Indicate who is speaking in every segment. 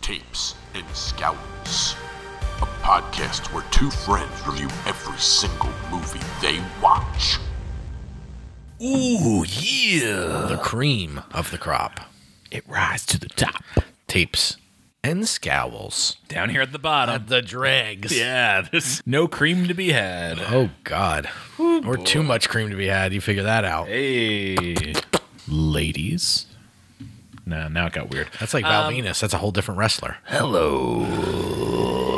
Speaker 1: Tapes, and Scouts. A podcast where two friends review every single movie they watch.
Speaker 2: Ooh, yeah.
Speaker 3: the cream of the crop.
Speaker 2: It rises to the top.
Speaker 3: Tapes and scowls.
Speaker 2: Down here at the bottom.
Speaker 3: The dregs.
Speaker 2: yeah, there's no cream to be had.
Speaker 3: Oh God. or too much cream to be had. You figure that out.
Speaker 2: Hey, ladies. Nah, now it got weird.
Speaker 3: That's like
Speaker 2: Um,
Speaker 3: Val Venus. That's a whole different wrestler.
Speaker 2: Hello,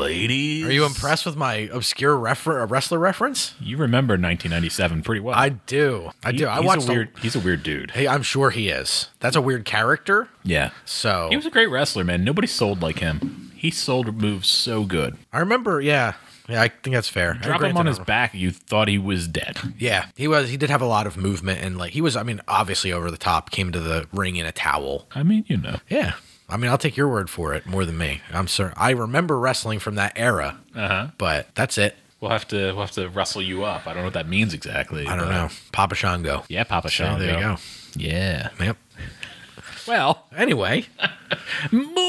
Speaker 2: ladies.
Speaker 3: Are you impressed with my obscure refer- uh, wrestler reference?
Speaker 2: You remember 1997 pretty well.
Speaker 3: I do. I
Speaker 2: He-
Speaker 3: do. I
Speaker 2: he's
Speaker 3: watched.
Speaker 2: A weird, he's a weird dude.
Speaker 3: hey, I'm sure he is. That's a weird character.
Speaker 2: Yeah.
Speaker 3: So
Speaker 2: He was a great wrestler, man. Nobody sold like him. He sold moves so good.
Speaker 3: I remember. Yeah. Yeah, I think that's fair. I
Speaker 2: Drop
Speaker 3: grant
Speaker 2: him on
Speaker 3: that
Speaker 2: his
Speaker 3: I-
Speaker 2: back, you thought he was dead.
Speaker 3: Yeah, he was. He did have a lot of movement and like he was. I mean, obviously over the top. Came to the ring in a towel.
Speaker 2: I mean, you know.
Speaker 3: Yeah. I mean, I'll take your word for it more than me. I'm sure. I remember wrestling from that era,
Speaker 2: Uh-huh.
Speaker 3: but that's it.
Speaker 2: We'll have to we'll have to wrestle you up. I don't know what that means exactly.
Speaker 3: I don't
Speaker 2: but-
Speaker 3: know. Papa Shango.
Speaker 2: Yeah, Papa
Speaker 3: Yeah,
Speaker 2: Shango.
Speaker 3: there you go.
Speaker 2: Yeah.
Speaker 3: Yep.
Speaker 2: Well,
Speaker 3: Anyway,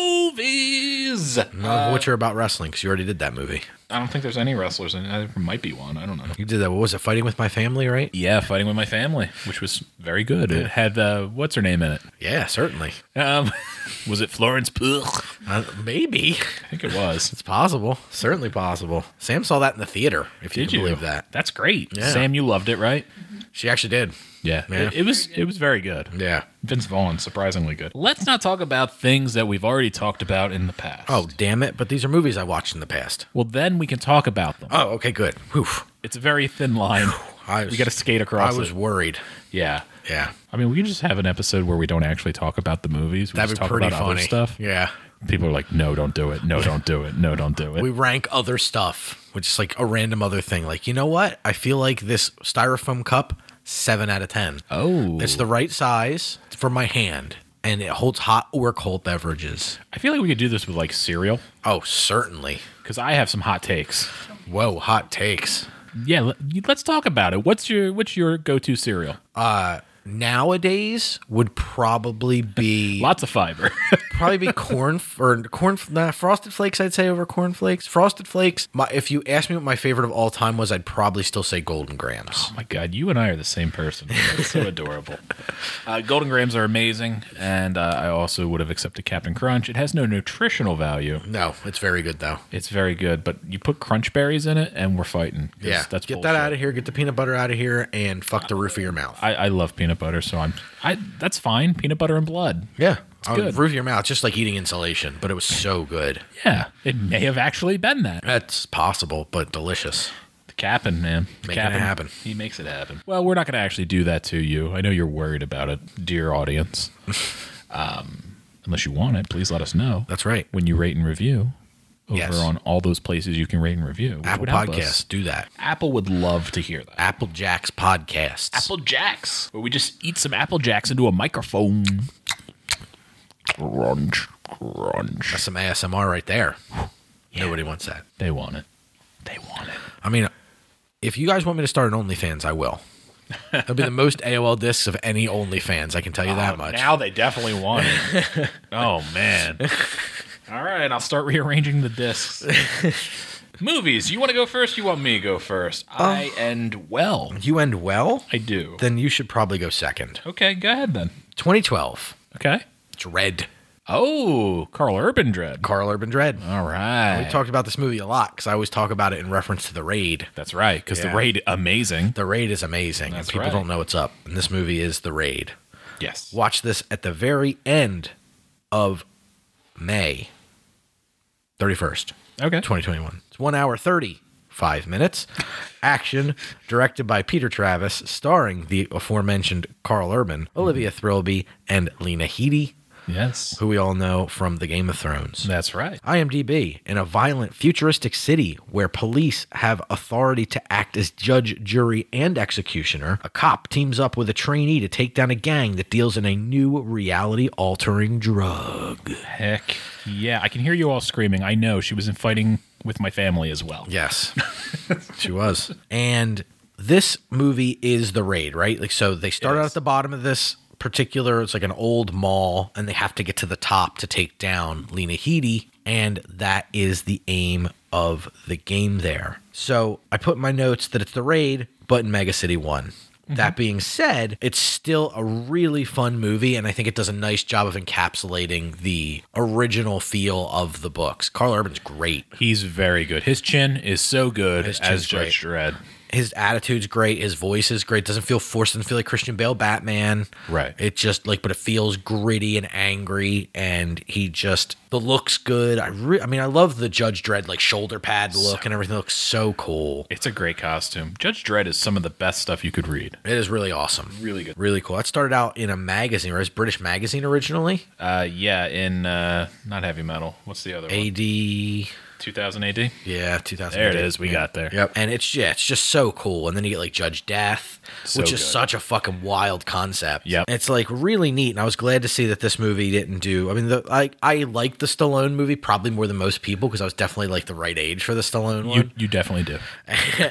Speaker 2: movies.
Speaker 3: none of which are about wrestling because you already did that movie.
Speaker 2: I don't think there's any wrestlers in it. There might be one. I don't know.
Speaker 3: You did that. What was it? Fighting with my family, right?
Speaker 2: Yeah, fighting with my family, which was very good. It had uh, what's her name in it?
Speaker 3: Yeah, certainly.
Speaker 2: Um, was it Florence Pugh?
Speaker 3: Uh, maybe
Speaker 2: I think it was.
Speaker 3: it's possible. Certainly possible. Sam saw that in the theater. If you
Speaker 2: Did
Speaker 3: can
Speaker 2: you
Speaker 3: believe that,
Speaker 2: That's great.
Speaker 3: Yeah.
Speaker 2: Sam, you loved it, right?
Speaker 3: she actually did.
Speaker 2: Yeah.
Speaker 3: Yeah.
Speaker 2: It, it was. It was very good.
Speaker 3: Yeah.
Speaker 2: Vince Vaughn, surprisingly good. Let's not talk about things that we've already talked about in the past.
Speaker 3: Oh damn it! But these are movies I watched in the past.
Speaker 2: well, then we can talk about them.
Speaker 3: Oh, okay, good. Oof.
Speaker 2: It's a very thin line.
Speaker 3: I
Speaker 2: we got to skate across.
Speaker 3: I was
Speaker 2: it.
Speaker 3: worried.
Speaker 2: Yeah.
Speaker 3: Yeah,
Speaker 2: I mean, we can just have an episode where we don't actually talk about the movies. We
Speaker 3: that'd
Speaker 2: just
Speaker 3: be
Speaker 2: talk
Speaker 3: pretty
Speaker 2: about
Speaker 3: funny.
Speaker 2: other stuff.
Speaker 3: Yeah.
Speaker 2: People are like, no, don't do it. No, don't do it. No, don't do it.
Speaker 3: we rank other stuff, which is like a random other thing. Like, you know what? I feel like this styrofoam cup, seven out of ten.
Speaker 2: oh,
Speaker 3: It's the right size for my hand, and it holds hot or cold beverages.
Speaker 2: I feel like we could do this with like cereal
Speaker 3: Oh, certainly.
Speaker 2: because I have some hot takes.
Speaker 3: Whoa, hot takes.
Speaker 2: Yeah, let- let's talk about it. What's your what's your go to cereal?
Speaker 3: Nowadays would probably be
Speaker 2: Lots of fiber. Oh
Speaker 3: probably be corn f- or corn f- nah, frosted flakes. I'd say over corn flakes. Frosted flakes. My, if you asked me what my favorite of all time was, I'd probably still say Golden Grams.
Speaker 2: Oh my God, you and I are the same person. That's so adorable. Uh, Golden Grams are amazing, and uh, I also would have accepted Captain Crunch. It has no nutritional value.
Speaker 3: No, it's very good though.
Speaker 2: It's very good, but you put crunch berries in it, and we're fighting. 'cause
Speaker 3: Yeah,
Speaker 2: that's
Speaker 3: get
Speaker 2: bullshit.
Speaker 3: that out of here. Get the peanut butter out of here, and fuck the roof of your mouth.
Speaker 2: I, I love peanut butter, so I'm. I that's fine. Peanut butter and blood.
Speaker 3: yeah, on
Speaker 2: good.
Speaker 3: the Oh, roof of your mouth, just like eating insulation, but it was so good.
Speaker 2: Yeah, it may have actually been that.
Speaker 3: That's possible, but delicious.
Speaker 2: The Cap'n man, The
Speaker 3: Making it
Speaker 2: Cap'n,
Speaker 3: happen.
Speaker 2: He makes it happen. Well, we're not going to actually do that to you. I know you're worried about it, dear audience. um, unless you want it, please let us know.
Speaker 3: That's right.
Speaker 2: When you rate and review over
Speaker 3: Yes.
Speaker 2: on all those places you can rate and review, which
Speaker 3: Apple
Speaker 2: would help us.
Speaker 3: Podcasts, do that.
Speaker 2: Apple would love to hear that.
Speaker 3: Apple Jacks podcasts.
Speaker 2: Apple Jacks, where we just eat some Apple Jacks into a microphone. Crunch, crunch.
Speaker 3: That's some ASMR right there. Nobody wants that.
Speaker 2: They want it. They want it.
Speaker 3: I mean, if you guys want me to start an OnlyFans, I will. It'll be the most AOL discs of any OnlyFans. I can tell you that much.
Speaker 2: Oh, Now they definitely want it. oh man. All right, I'll start rearranging the discs. Movies. You want to go first? You want me to go first?
Speaker 3: Oh.
Speaker 2: I end well.
Speaker 3: you end well,
Speaker 2: I do.
Speaker 3: then you should probably go second.
Speaker 2: okay, go ahead then.
Speaker 3: 2012,
Speaker 2: Okay.
Speaker 3: Dread.
Speaker 2: Oh, Carl Urban Dread.
Speaker 3: Carl Urban Dread.
Speaker 2: All right.
Speaker 3: We talked about this movie a lot because I always talk about it in reference to The Raid.
Speaker 2: That's right, because
Speaker 3: Yeah.
Speaker 2: the raid amazing.
Speaker 3: The Raid is amazing. and
Speaker 2: That's
Speaker 3: people
Speaker 2: right.
Speaker 3: don't know what's up. And this movie is The Raid.
Speaker 2: Yes.
Speaker 3: Watch this at the very end of May 31st.
Speaker 2: Okay.
Speaker 3: 2021. It's one hour 35 minutes. Action, directed by Peter Travis, starring the aforementioned Carl Urban,
Speaker 2: Mm-hmm.
Speaker 3: Olivia Thirlby, and Lena Headey,
Speaker 2: Yes.
Speaker 3: who we all know from the Game of Thrones.
Speaker 2: That's right.
Speaker 3: IMDb, in a violent, futuristic city where police have authority to act as judge, jury, and executioner, a cop teams up with a trainee to take down a gang that deals in a new reality altering drug.
Speaker 2: Heck yeah! I can hear you all screaming. I know she was in fighting with my family as well.
Speaker 3: Yes, she was. And this movie is the raid, right? Like, so they start out
Speaker 2: is.
Speaker 3: at the bottom of this particular, it's like an old mall, and they have to get to the top to take down Lena Headey, and that is the aim of the game there. So I put in my notes that it's the raid, but in Mega City 1. That being said, it's still a really fun movie, and I think it does a nice job of encapsulating the original feel of the books. Carl Urban's great.
Speaker 2: He's very good. His chin is so good
Speaker 3: His
Speaker 2: as
Speaker 3: chin's great.
Speaker 2: Judge Dredd.
Speaker 3: his attitude's great, his voice is great. Doesn't feel forced. Doesn't feel like Christian Bale Batman.
Speaker 2: Right.
Speaker 3: It just like, but it feels gritty and angry, and he just the looks good. I re- I mean, I love the Judge Dredd like shoulder pad look and everything looks so cool.
Speaker 2: It's a great costume. Judge Dredd is some of the best stuff you could read.
Speaker 3: It is really awesome.
Speaker 2: Really good.
Speaker 3: Really cool. That started out in a magazine, right? It's a British magazine originally.
Speaker 2: Uh, yeah, in uh, not heavy metal. What's the other one?
Speaker 3: AD, yeah,
Speaker 2: 2000 AD.
Speaker 3: 2000.
Speaker 2: There it is. We got there.
Speaker 3: Yep. And it's yeah, it's just so cool. And then you get like Judge Death,
Speaker 2: So
Speaker 3: which is
Speaker 2: good.
Speaker 3: such a fucking wild concept.
Speaker 2: Yep.
Speaker 3: It's like really neat. And I was glad to see that this movie didn't do. I mean, the, I I like the Stallone movie probably more than most people because I was definitely like the right age for the Stallone
Speaker 2: You
Speaker 3: one.
Speaker 2: you definitely do.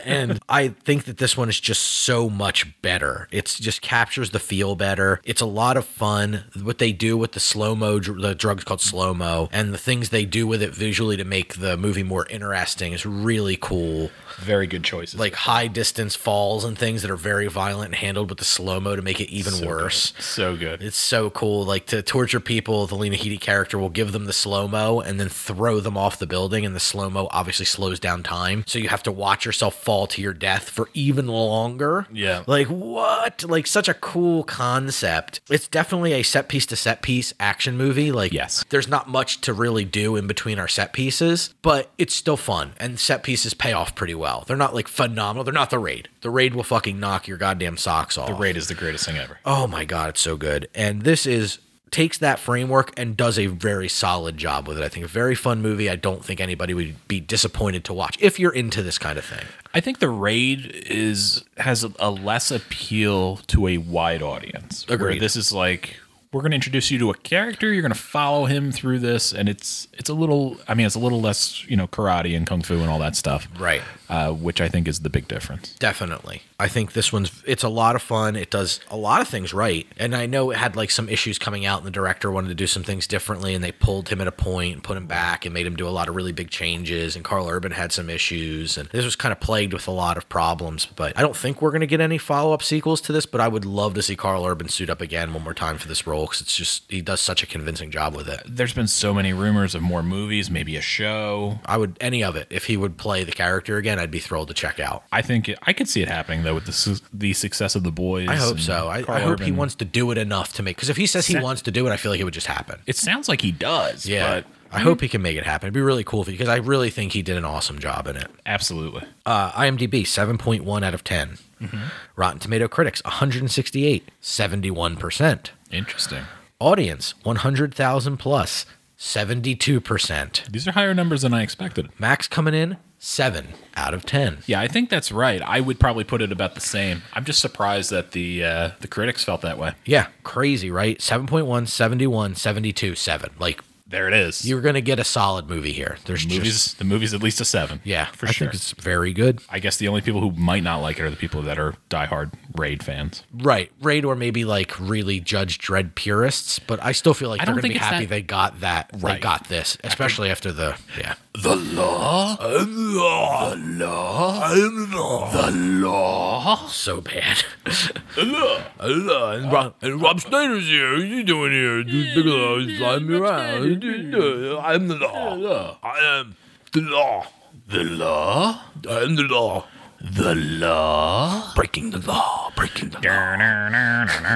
Speaker 3: and I think that this one is just so much better. It's just captures the feel better. It's a lot of fun. What they do with the slow mo, the drug's called slow mo, and the things they do with it visually to make the movie more interesting is really cool
Speaker 2: Very good choices.
Speaker 3: like high distance falls and things that are very violent and handled with the slow mo to make it even
Speaker 2: So
Speaker 3: worse.
Speaker 2: good. So good.
Speaker 3: It's so cool. Like to torture people, the Lena Headey character will give them the slow mo and then throw them off the building, and the slow mo obviously slows down time, so you have to watch yourself fall to your death for even longer.
Speaker 2: Yeah.
Speaker 3: Like what? Like such a cool concept. It's definitely a set piece to set piece action movie. Like
Speaker 2: Yes.
Speaker 3: there's not much to really do in between our set pieces, but it's still fun. And set pieces pay off pretty well. They're not like phenomenal. They're not the raid. The raid will fucking knock your goddamn socks off.
Speaker 2: The raid is the greatest thing ever.
Speaker 3: Oh my god, it's so good. And this is takes that framework and does a very solid job with it. I think a very fun movie. I don't think anybody would be disappointed to watch if you're into this kind of thing.
Speaker 2: I think the raid is has a, a less appeal to a wide audience. where
Speaker 3: Agreed.
Speaker 2: this is like we're going to introduce you to a character. You're going to follow him through this, and it's it's a little. I mean, it's a little less you know karate and kung fu and all that stuff.
Speaker 3: Right.
Speaker 2: Uh, which I think is the big difference.
Speaker 3: Definitely. I think this one's it's a lot of fun. It does a lot of things right. And I know it had like some issues coming out and the director wanted to do some things differently and they pulled him at a point and put him back and made him do a lot of really big changes and Carl Urban had some issues and this was kind of plagued with a lot of problems, but I don't think we're going to get any follow-up sequels to this, but I would love to see Carl Urban suit up again one more time for this role cuz it's just he does such a convincing job with it.
Speaker 2: There's been so many rumors of more movies, maybe a show.
Speaker 3: I would any of it if he would play the character again, I'd be thrilled to check out.
Speaker 2: I think it, I could see it happening though with the su- the success of the boys.
Speaker 3: I hope
Speaker 2: and
Speaker 3: so. I,
Speaker 2: Karl
Speaker 3: I hope he
Speaker 2: Urban.
Speaker 3: wants to do it enough to make. Because if he says he
Speaker 2: Sa-
Speaker 3: wants to do it, I feel like it would just happen.
Speaker 2: It sounds like he does.
Speaker 3: Yeah.
Speaker 2: but
Speaker 3: I hope he can make it happen. It'd be really cool because I really think he did an awesome job in it.
Speaker 2: absolutely.
Speaker 3: Uh, IMDb, 7.1 out of 10. Rotten Tomato critics, 168, 71%.
Speaker 2: Interesting.
Speaker 3: Audience, 100,000 plus, 72%.
Speaker 2: These are higher numbers than I expected.
Speaker 3: Max coming in, 7 out of 10.
Speaker 2: Yeah, I think that's right. I would probably put it about the same. I'm just surprised that the uh, the critics felt that way.
Speaker 3: Yeah, crazy, right? 7.1, 71, 72, 7. Like,
Speaker 2: There it is.
Speaker 3: you're going to get a solid movie here. There's
Speaker 2: movies.
Speaker 3: just.
Speaker 2: the movie's at least a seven.
Speaker 3: Yeah,
Speaker 2: for
Speaker 3: I
Speaker 2: sure.
Speaker 3: think it's very good.
Speaker 2: I guess the only people who might not like it are the people that are diehard raid fans.
Speaker 3: Right, Raid or maybe like really Judge Dread purists, but I still feel like
Speaker 2: I
Speaker 3: they're
Speaker 2: don't
Speaker 3: gonna be
Speaker 2: think it's
Speaker 3: happy
Speaker 2: that-
Speaker 3: they got that. They
Speaker 2: Right.
Speaker 3: got this, especially after, the yeah.
Speaker 2: The law, the law, the law, the law.
Speaker 3: So bad.
Speaker 2: law.
Speaker 3: and, Rob, and Rob Snyder's here. What are you doing here? Dude, Bigelow is flying me around. I'm the law. I am the law.
Speaker 2: The law,
Speaker 3: I am the law.
Speaker 2: the law.
Speaker 3: Breaking the law. Breaking the law.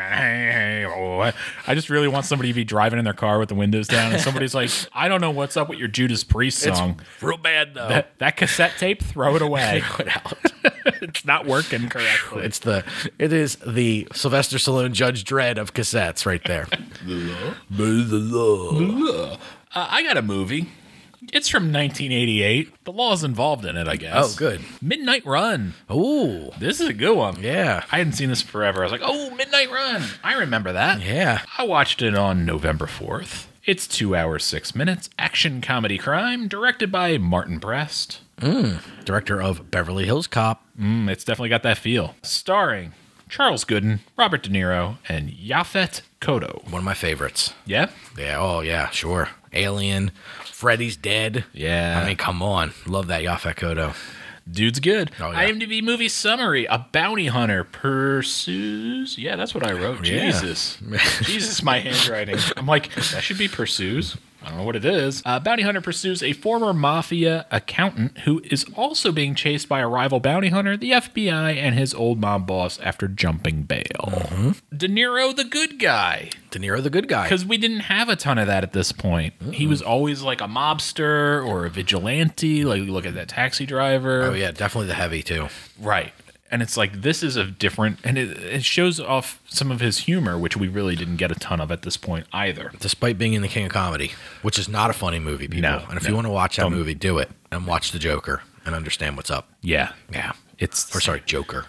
Speaker 2: I just really want somebody to be driving in their car with the windows down, and somebody's like, "I don't know what's up with your Judas Priest song.
Speaker 3: Real bad though.
Speaker 2: that, that cassette tape, throw it away.
Speaker 3: Put out.
Speaker 2: it's not working correctly."
Speaker 3: It's the it is the Sylvester Stallone Judge Dredd of cassettes right there. the law. The law.
Speaker 2: Uh, I got a movie. It's from 1988. The law's involved in it, I guess.
Speaker 3: Oh, good.
Speaker 2: Midnight Run. Oh,
Speaker 3: Ooh.
Speaker 2: This is a good one.
Speaker 3: Yeah.
Speaker 2: I hadn't seen this forever. I was like, "Oh, Midnight Run." I remember that.
Speaker 3: Yeah.
Speaker 2: I watched it on November 4th. It's two hours, six minutes, action comedy crime, directed by Martin Prest.
Speaker 3: director of Beverly Hills Cop.
Speaker 2: Mm, it's definitely got that feel. Starring Charles Gooden, Robert De Niro, and Yafet Kodo.
Speaker 3: One of my favorites.
Speaker 2: Yeah?
Speaker 3: Yeah. Oh, yeah. Sure. Alien. Freddy's dead.
Speaker 2: Yeah.
Speaker 3: I mean, come on. Love that Yafet Kodo.
Speaker 2: Dude's good.
Speaker 3: Oh, yeah.
Speaker 2: IMDb movie summary: A bounty hunter pursues. Yeah, that's what I wrote.
Speaker 3: Oh, Yeah.
Speaker 2: Jesus, Jesus, my handwriting. I'm like, that should be pursues. I don't know what it is. Uh, bounty hunter pursues a former mafia accountant who is also being chased by a rival bounty hunter, the FBI, and his old mob boss after jumping bail.
Speaker 3: Mm-hmm.
Speaker 2: De Niro, the good guy,
Speaker 3: De Niro, the good guy.
Speaker 2: because we didn't have a ton of that at this point. He was always like a mobster or a vigilante. Like look at that taxi driver.
Speaker 3: Oh, yeah. Definitely the heavy, too.
Speaker 2: Right. And it's like this is a different, and it, it shows off some of his humor, which we really didn't get a ton of at this point either.
Speaker 3: Despite being in the King of Comedy, which is not a funny movie, people.
Speaker 2: No,
Speaker 3: and if
Speaker 2: no.
Speaker 3: you want to watch that movie, do it and watch The Joker and understand what's up.
Speaker 2: Yeah,
Speaker 3: Yeah.
Speaker 2: it's
Speaker 3: Or, sorry, Joker.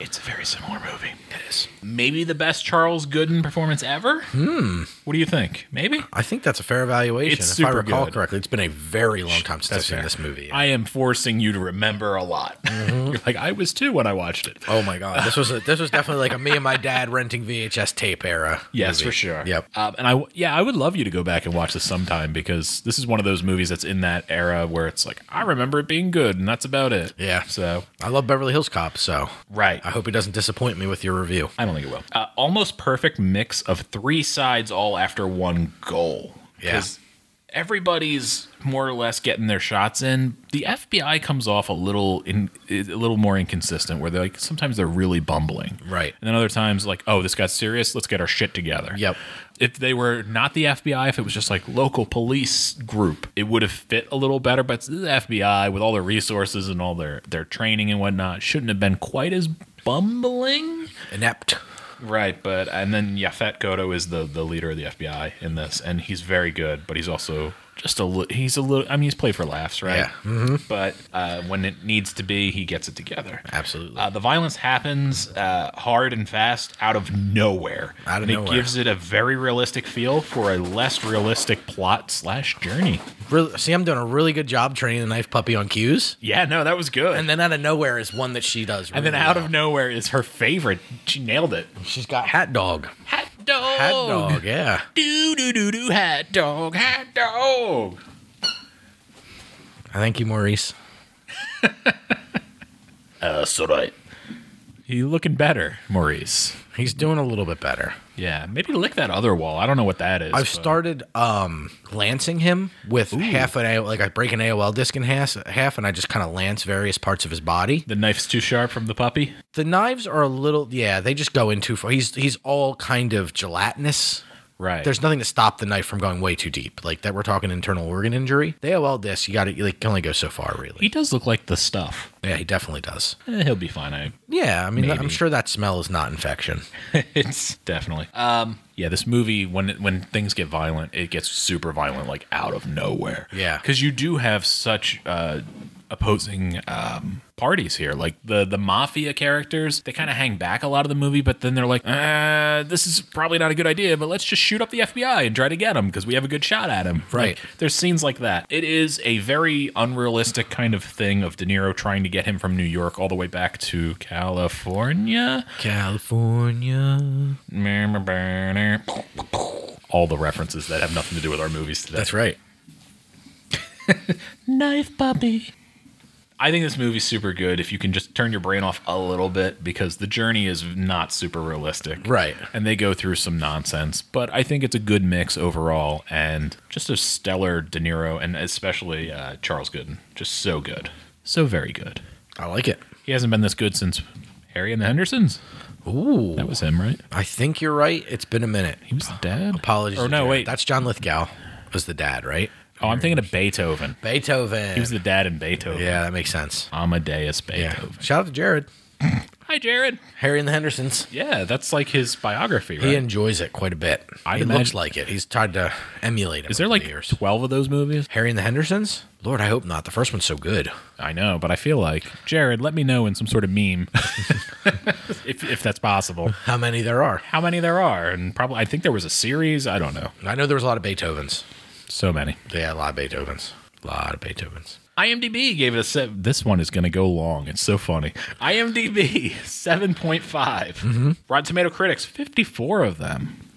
Speaker 2: it's a very similar movie. It is maybe the best Charles Gooden performance ever. Hmm. What do you think? Maybe
Speaker 3: I think that's a fair evaluation.
Speaker 2: It's
Speaker 3: if I
Speaker 2: super
Speaker 3: recall
Speaker 2: good.
Speaker 3: correctly, it's been a very long time since I've seen
Speaker 2: fair.
Speaker 3: this movie.
Speaker 2: I am forcing you to remember a lot. You're like I was too when I watched it.
Speaker 3: oh my god, this was a, this was definitely like a me and my dad renting VHS tape era.
Speaker 2: Yes,
Speaker 3: movie.
Speaker 2: for sure.
Speaker 3: Yep.
Speaker 2: Um, and I, w- yeah, I would love you to go back and watch this sometime because this is one of those movies that's in that era where it's like I remember it being good, and that's about it.
Speaker 3: Yeah.
Speaker 2: So
Speaker 3: I love Beverly Hills Cop, so
Speaker 2: right.
Speaker 3: I hope it doesn't disappoint me with your review.
Speaker 2: I don't think it will. Uh, almost perfect mix of three sides all after one goal.
Speaker 3: Yeah.
Speaker 2: 'Cause Everybody's more or less getting their shots in. The FBI comes off a little in a little more inconsistent, where they're like sometimes they're really bumbling,
Speaker 3: Right.
Speaker 2: and then other times like, oh, this got serious. Let's get our shit together.
Speaker 3: Yep.
Speaker 2: If they were not the FBI, if it was just like local police group, it would have fit a little better. But the FBI, with all their resources and all their their training and whatnot, shouldn't have been quite as bumbling.
Speaker 3: Inept.
Speaker 2: Right, but and then Yafet Koto is the the leader of the FBI in this, and he's very good, but he's also just a li- he's a little. I mean, he's played for laughs, right?
Speaker 3: Yeah. mm-hmm.
Speaker 2: But uh, when it needs to be, he gets it together.
Speaker 3: Absolutely.
Speaker 2: Uh, the violence happens uh, hard and fast out of nowhere.
Speaker 3: Out of
Speaker 2: and
Speaker 3: nowhere.
Speaker 2: It gives it a very realistic feel for a less realistic plot slash journey.
Speaker 3: Really, see, I'm doing a really good job training the knife puppy on cues.
Speaker 2: Yeah, no, that was good.
Speaker 3: And then out of nowhere is one that she does.
Speaker 2: and then
Speaker 3: really
Speaker 2: out
Speaker 3: well.
Speaker 2: of nowhere is her favorite. She nailed it.
Speaker 3: she's got Hat Dog.
Speaker 2: Hat dog.
Speaker 3: Hat Dog, yeah.
Speaker 2: Do do do do hat dog hat dog.
Speaker 3: Thank you, Maurice.
Speaker 2: That's all right. You looking better, Maurice?
Speaker 3: He's doing a little bit better.
Speaker 2: Yeah, maybe lick that other wall. I don't know what that is.
Speaker 3: I've
Speaker 2: but-
Speaker 3: started um lancing him with half an A like I break an AOL disc in half, half and I just kind of lance various parts of his body.
Speaker 2: the knife's too sharp from the puppy.
Speaker 3: The knives are a little yeah, they just go in too far. He's he's all kind of gelatinous.
Speaker 2: Right.
Speaker 3: There's nothing to stop the knife from going way too deep. Like that we're talking internal organ injury. The AOL disc, you got to like can only go so far really.
Speaker 2: he does look like the stuff.
Speaker 3: Yeah, he definitely does.
Speaker 2: Eh, he'll be fine. I.
Speaker 3: Yeah, I mean I'm sure that smell is not infection.
Speaker 2: it's definitely. Um. Yeah, this movie when it- when things get violent, it gets super violent, like out of nowhere.
Speaker 3: Yeah.
Speaker 2: Because you do have such. Uh, opposing um, parties here like the the mafia characters they kind of hang back a lot of the movie but then they're like uh, this is probably not a good idea but let's just shoot up the fbi and try to get him because we have a good shot at him Like,
Speaker 3: Right.
Speaker 2: there's scenes like that it is a very unrealistic kind of thing of de niro trying to get him from new york all the way back to california
Speaker 3: California.
Speaker 2: all the references that have nothing to do with our movies today.
Speaker 3: That's right.
Speaker 2: Knife puppy. I think this movie's super good if you can just turn your brain off a little bit because the journey is not super realistic.
Speaker 3: Right.
Speaker 2: And they go through some nonsense, but I think it's a good mix overall and just a stellar De Niro and especially uh, Charles Gooden. Just so good. So very good.
Speaker 3: I like it.
Speaker 2: He hasn't been this good since Harry and the Hendersons.
Speaker 3: Ooh.
Speaker 2: That was him, right?
Speaker 3: I think you're right. It's been a minute.
Speaker 2: He was the dad.
Speaker 3: Apologies.
Speaker 2: Or
Speaker 3: to
Speaker 2: no,
Speaker 3: Jared.
Speaker 2: wait.
Speaker 3: That's John Lithgow was the dad, right?
Speaker 2: Oh, I'm thinking of Beethoven.
Speaker 3: Beethoven.
Speaker 2: He was the dad in Beethoven.
Speaker 3: yeah, that makes sense.
Speaker 2: Amadeus
Speaker 3: Yeah.
Speaker 2: Beethoven.
Speaker 3: Shout out to Jared.
Speaker 2: Hi, Jared.
Speaker 3: Harry and the Hendersons.
Speaker 2: Yeah, that's like his biography, right?
Speaker 3: He enjoys it quite a bit.
Speaker 2: I'd
Speaker 3: he looks
Speaker 2: imagine-
Speaker 3: like it. He's tried to emulate him.
Speaker 2: Is there
Speaker 3: over
Speaker 2: like
Speaker 3: the years.
Speaker 2: 12 of those movies?
Speaker 3: Harry and the Hendersons? Lord, I hope not. The first one's so good.
Speaker 2: I know, but I feel like, Jared, let me know in some sort of meme if, if that's possible.
Speaker 3: How many there are?
Speaker 2: How many there are? And probably, I think there was a series. I don't know.
Speaker 3: I know there was a lot of Beethovens.
Speaker 2: So many.
Speaker 3: Yeah, a lot of Beethovens. A lot of Beethovens.
Speaker 2: IMDb gave it a seven. This one is going to go long. It's so funny. IMDb 7.5.
Speaker 3: Mm-hmm.
Speaker 2: Rotten Tomato critics, 54 of them,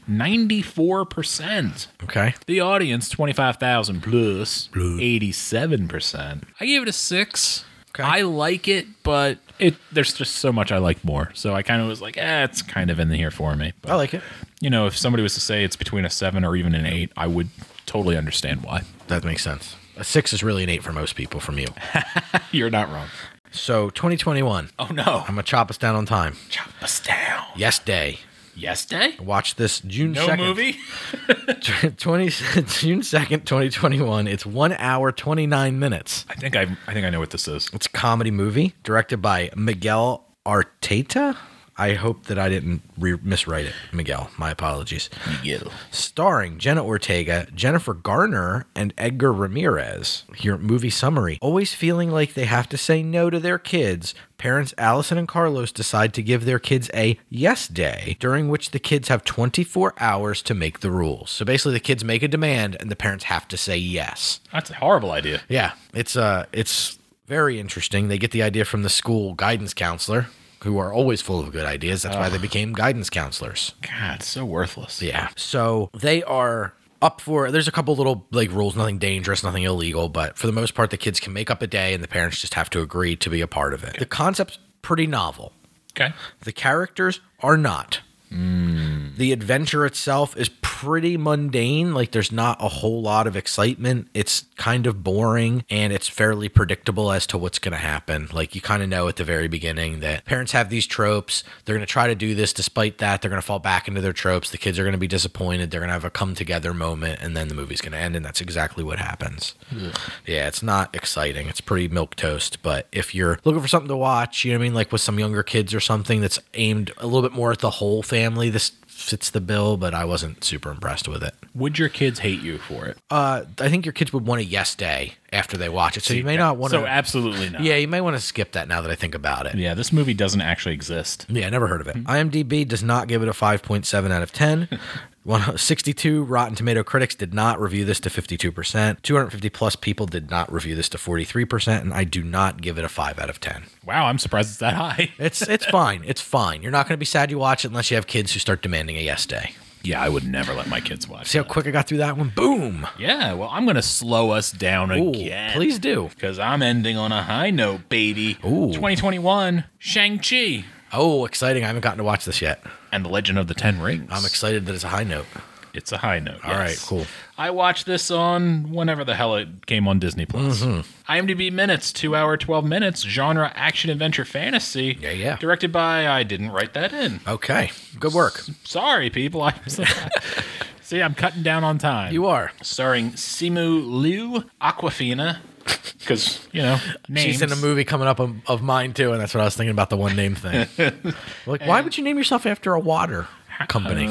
Speaker 2: 94%.
Speaker 3: Okay.
Speaker 2: The audience, 25,000 plus, 87%. I gave it a six.
Speaker 3: Okay.
Speaker 2: I like it, but it there's just so much I like more. So I kind of was like, eh, it's kind of in here for me. But,
Speaker 3: I like it.
Speaker 2: you know, if somebody was to say it's between a seven or even an eight, I would totally understand why.
Speaker 3: That makes sense. A six is really an eight for most people from you.
Speaker 2: You're not wrong.
Speaker 3: So 2021,
Speaker 2: Oh, no.
Speaker 3: I'm going to chop us down on time.
Speaker 2: Chop us down.
Speaker 3: Yes Day.
Speaker 2: Yes, Day?
Speaker 3: Watch this June
Speaker 2: No
Speaker 3: 2nd.
Speaker 2: movie?
Speaker 3: 20, June 2nd, 2021. It's one hour, 29 minutes.
Speaker 2: I think I I think I know what this is.
Speaker 3: It's a comedy movie directed by Miguel Arteta. I hope that I didn't re- miswrite it, Miguel. My apologies. Starring Jenna Ortega, Jennifer Garner, and Edgar Ramirez. Here, movie summary. Always feeling like they have to say no to their kids, parents Allison and Carlos decide to give their kids a yes day, during which the kids have 24 hours to make the rules. So basically, the kids make a demand and the parents have to say yes.
Speaker 2: That's a horrible idea.
Speaker 3: Yeah, it's uh, it's very interesting. They get the idea from the school guidance counselor, who are always full of good ideas. That's why they became guidance counselors.
Speaker 2: God, so worthless.
Speaker 3: Yeah. So they are up for. There's a couple little like rules, nothing dangerous, nothing illegal, but for the most part, the kids can make up a day, and the parents just have to agree to be a part of it. The concept's pretty novel.
Speaker 2: Okay.
Speaker 3: The characters are not. The adventure itself is pretty mundane. Like, there's not a whole lot of excitement. It's kind of boring and it's fairly predictable as to what's going to happen. Like, you kind of know at the very beginning that parents have these tropes. They're going to try to do this despite that. They're going to fall back into their tropes. The kids are going to be disappointed. They're going to have a come together moment and then the movie's going to end. And that's exactly what happens. Yeah, it's not exciting. It's pretty milk toast. But if you're looking for something to watch, you know what I mean, like with some younger kids or something that's aimed a little bit more at the whole family, this fits the bill. But I wasn't super impressed with it.
Speaker 2: Would your kids hate you for it?
Speaker 3: Uh, I think your kids would want a yes day after they watch it, so you may not want
Speaker 2: so
Speaker 3: to.
Speaker 2: absolutely not.
Speaker 3: yeah, you may want to skip that now that I think about it.
Speaker 2: Yeah, Mm-hmm. this movie doesn't actually exist.
Speaker 3: Yeah, I never heard of it. IMDb does not give it a 5.7 out of 10. 162 Rotten Tomato critics did not review this to 52%. 250 plus people did not review this to 43%, and I do not give it a 5 out of 10.
Speaker 2: Wow, I'm surprised it's that high.
Speaker 3: It's it's fine. It's fine. You're not going to be sad you watch it unless you have kids who start demanding a yes day.
Speaker 2: Yeah, I would never let my kids watch.
Speaker 3: See how quick I got through that one? Boom.
Speaker 2: Yeah, well, I'm gonna slow us down
Speaker 3: Ooh,
Speaker 2: again.
Speaker 3: please do.
Speaker 2: because I'm ending on a high note, baby.
Speaker 3: Ooh.
Speaker 2: 2021, Shang Chi
Speaker 3: Oh, exciting. I haven't gotten to watch this yet.
Speaker 2: and the Legend of the Ten Rings.
Speaker 3: I'm excited that it's a high note.
Speaker 2: It's a high note.
Speaker 3: All right,
Speaker 2: yes.
Speaker 3: cool.
Speaker 2: I watched this on whenever the hell it came on Disney Plus.
Speaker 3: Mm-hmm.
Speaker 2: IMDb minutes, two hour, twelve minutes, genre action adventure fantasy.
Speaker 3: Yeah, yeah.
Speaker 2: Directed by I didn't write that in.
Speaker 3: Okay. Good work.
Speaker 2: Sorry, people. I'm so See, I'm cutting down on time.
Speaker 3: You are.
Speaker 2: starring Simu Liu, Aquafina, because you know names.
Speaker 3: She's in a movie coming up of, of mine too, and that's what I was thinking about the one name thing. like, why would you name yourself after a water company?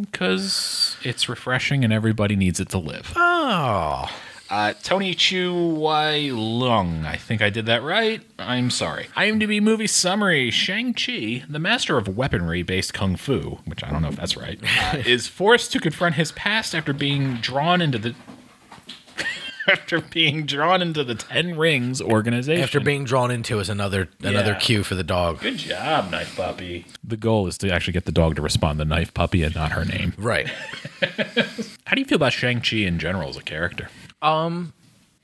Speaker 2: Uh, because it's refreshing and everybody needs it to live.
Speaker 3: oh,
Speaker 2: Uh, Tony Chu Wai Lung. I think I did that right. I'm sorry. IMDb movie summary Shang-Chi, the master of weaponry based kung fu, which I don't know if that's right, uh, is forced to confront his past after being drawn into the. After being drawn into the Ten Rings organization.
Speaker 3: after being drawn into is another another
Speaker 2: Yeah.
Speaker 3: cue for the dog.
Speaker 2: Good job, Knife Puppy. The goal is to actually get the dog to respond to Knife Puppy and not her name.
Speaker 3: Right.
Speaker 2: How do you feel about Shang-Chi in general as a character?
Speaker 3: Uh,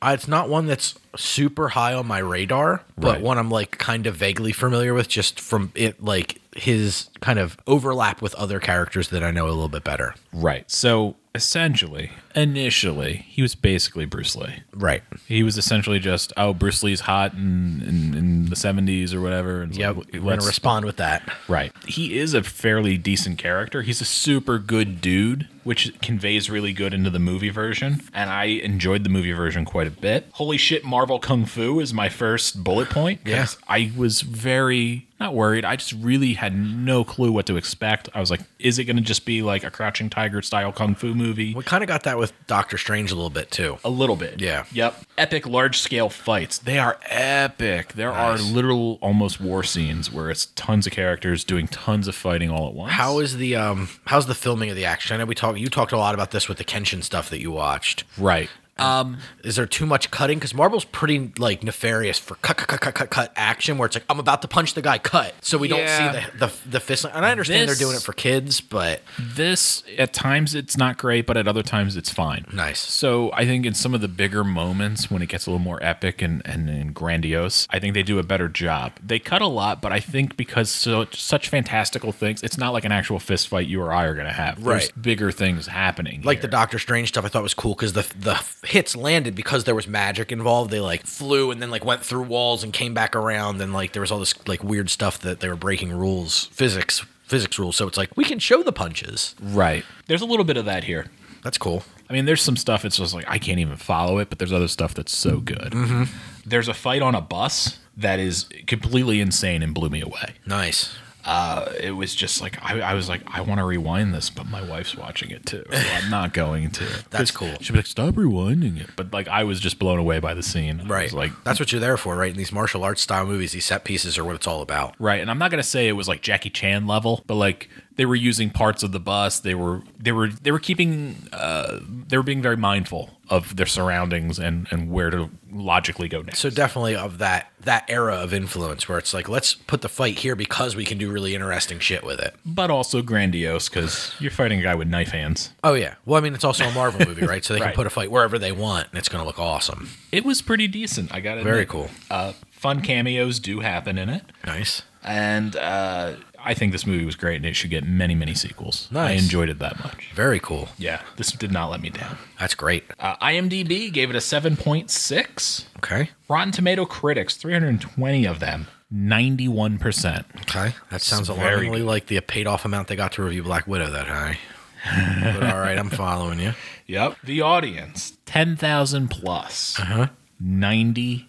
Speaker 3: it's not one that's super high on my radar, but
Speaker 2: Right.
Speaker 3: one I'm like kind of vaguely familiar with, just from it like his kind of overlap with other characters that I know a little bit better.
Speaker 2: Right. So essentially, initially, he was basically Bruce Lee.
Speaker 3: Right.
Speaker 2: He was essentially just, oh, Bruce Lee's hot in, in, in the 70s or whatever. And it's
Speaker 3: Yeah,
Speaker 2: like,
Speaker 3: we're gonna
Speaker 2: let's-
Speaker 3: respond with that.
Speaker 2: Right. He is a fairly decent character. He's a super good dude, which conveys really good into the movie version. And I enjoyed the movie version quite a bit. Holy shit, Marvel Kung Fu is my first bullet point. 'cause
Speaker 3: Yeah.
Speaker 2: I was very not worried. I just really had no clue what to expect. I was like, is it going to just be like a Crouching Tiger style Kung Fu movie?
Speaker 3: We kind of got that with Doctor Strange a little bit too.
Speaker 2: A little bit.
Speaker 3: Yeah.
Speaker 2: Yep. Epic large scale fights. They are epic. There
Speaker 3: Nice.
Speaker 2: are literal almost war scenes where it's tons of characters doing tons of fighting all at once.
Speaker 3: How is the um how's the filming of the action? I know we talked you talked a lot about this with the Kenshin stuff that you watched.
Speaker 2: Right. Um,
Speaker 3: Is there too much cutting? Because Marble's pretty like nefarious for cut, cut, cut, cut, cut, cut action, where it's like I'm about to punch the guy, cut. So we don't
Speaker 2: Yeah.
Speaker 3: see the the, the fist. And I understand
Speaker 2: This-
Speaker 3: they're doing it for kids, but
Speaker 2: this at times it's not great, but at other times it's fine.
Speaker 3: Nice.
Speaker 2: So I think in some of the bigger moments when it gets a little more epic and, and, and grandiose, I think they do a better job. They cut a lot, but I think because so such fantastical things, it's not like an actual fist fight you or I are gonna have. There's
Speaker 3: Right.
Speaker 2: bigger things happening.
Speaker 3: like the
Speaker 2: here.
Speaker 3: Doctor Strange stuff, I thought was cool because the the hits landed because there was magic involved. They like flew and then like went through walls and came back around, and like there was all this like weird stuff that they were breaking rules, physics physics rules. So it's like we can show the punches.
Speaker 2: Right. There's a little bit of that here.
Speaker 3: That's cool.
Speaker 2: I mean, there's some stuff it's just like I can't even follow it, but there's other stuff that's so good. There's a fight on a bus that is completely insane and blew me away.
Speaker 3: Nice.
Speaker 2: Uh, it was just like I, I was like I want to rewind this, but my wife's watching it too, so I'm not going to. 'Cause
Speaker 3: That's cool.
Speaker 2: She'd be like, "Stop rewinding it," but like I was just blown away by the scene. I was
Speaker 3: Right.
Speaker 2: like
Speaker 3: Like that's what you're there for, right? In these martial arts style movies, these set pieces are what it's all about.
Speaker 2: Right, and I'm not gonna say it was like Jackie Chan level, but like they were using parts of the bus. They were they were they were keeping uh, they were being very mindful of their surroundings and and where to logically go next.
Speaker 3: So definitely of that that era of influence where it's like let's put the fight here because we can do really interesting shit with it.
Speaker 2: but also grandiose because you're fighting a guy with knife hands.
Speaker 3: Oh yeah. Well, I mean it's also a Marvel movie, right? So they can
Speaker 2: Right.
Speaker 3: put a fight wherever they want and it's going to look awesome.
Speaker 2: It was pretty decent. I got it.
Speaker 3: Very cool.
Speaker 2: Uh, fun cameos do happen in it,
Speaker 3: Nice.
Speaker 2: and uh, I think this movie was great, and it should get many many sequels. I
Speaker 3: Nice.
Speaker 2: enjoyed it that much.
Speaker 3: Very cool.
Speaker 2: Yeah, this did not let me down.
Speaker 3: That's great.
Speaker 2: Uh, IMDb gave it a seven point six.
Speaker 3: Okay.
Speaker 2: Rotten Tomato critics, 320 of them, 91%.
Speaker 3: Okay. That sounds
Speaker 2: very
Speaker 3: alarmingly like the uh, paid off amount they got to review Black Widow that high. but all right, I'm following you.
Speaker 2: Yep. The audience, 10,000 plus,
Speaker 3: Uh-huh.
Speaker 2: 98%.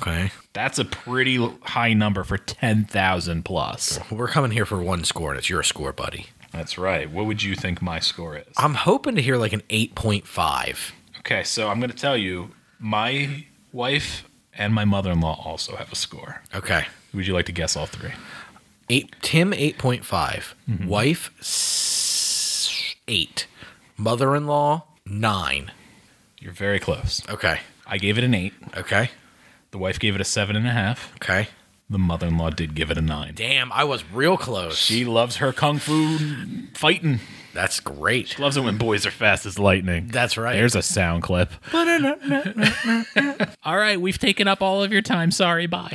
Speaker 3: Okay.
Speaker 2: That's a pretty high number for 10,000 plus.
Speaker 3: We're coming here for one score and it's your score, buddy.
Speaker 2: That's right. What would you think my score is?
Speaker 3: I'm hoping to hear like an 8.5.
Speaker 2: Okay, so I'm going to tell you my wife and my mother in law also have a score.
Speaker 3: Okay.
Speaker 2: Would you like to guess all three?
Speaker 3: Eight, Tim 8.5, wife s- 8, mother-in-law 9.
Speaker 2: You're very close.
Speaker 3: Okay.
Speaker 2: I gave it an eight.
Speaker 3: Okay.
Speaker 2: The wife gave it a seven and a half.
Speaker 3: Okay.
Speaker 2: The mother in law did give it a nine.
Speaker 3: Damn, I was real close.
Speaker 2: She loves her kung fu fighting.
Speaker 3: That's great.
Speaker 2: Loves it when boys are fast as lightning.
Speaker 3: That's right.
Speaker 2: There's a sound clip. all right, we've taken up all of your time. Sorry, bye.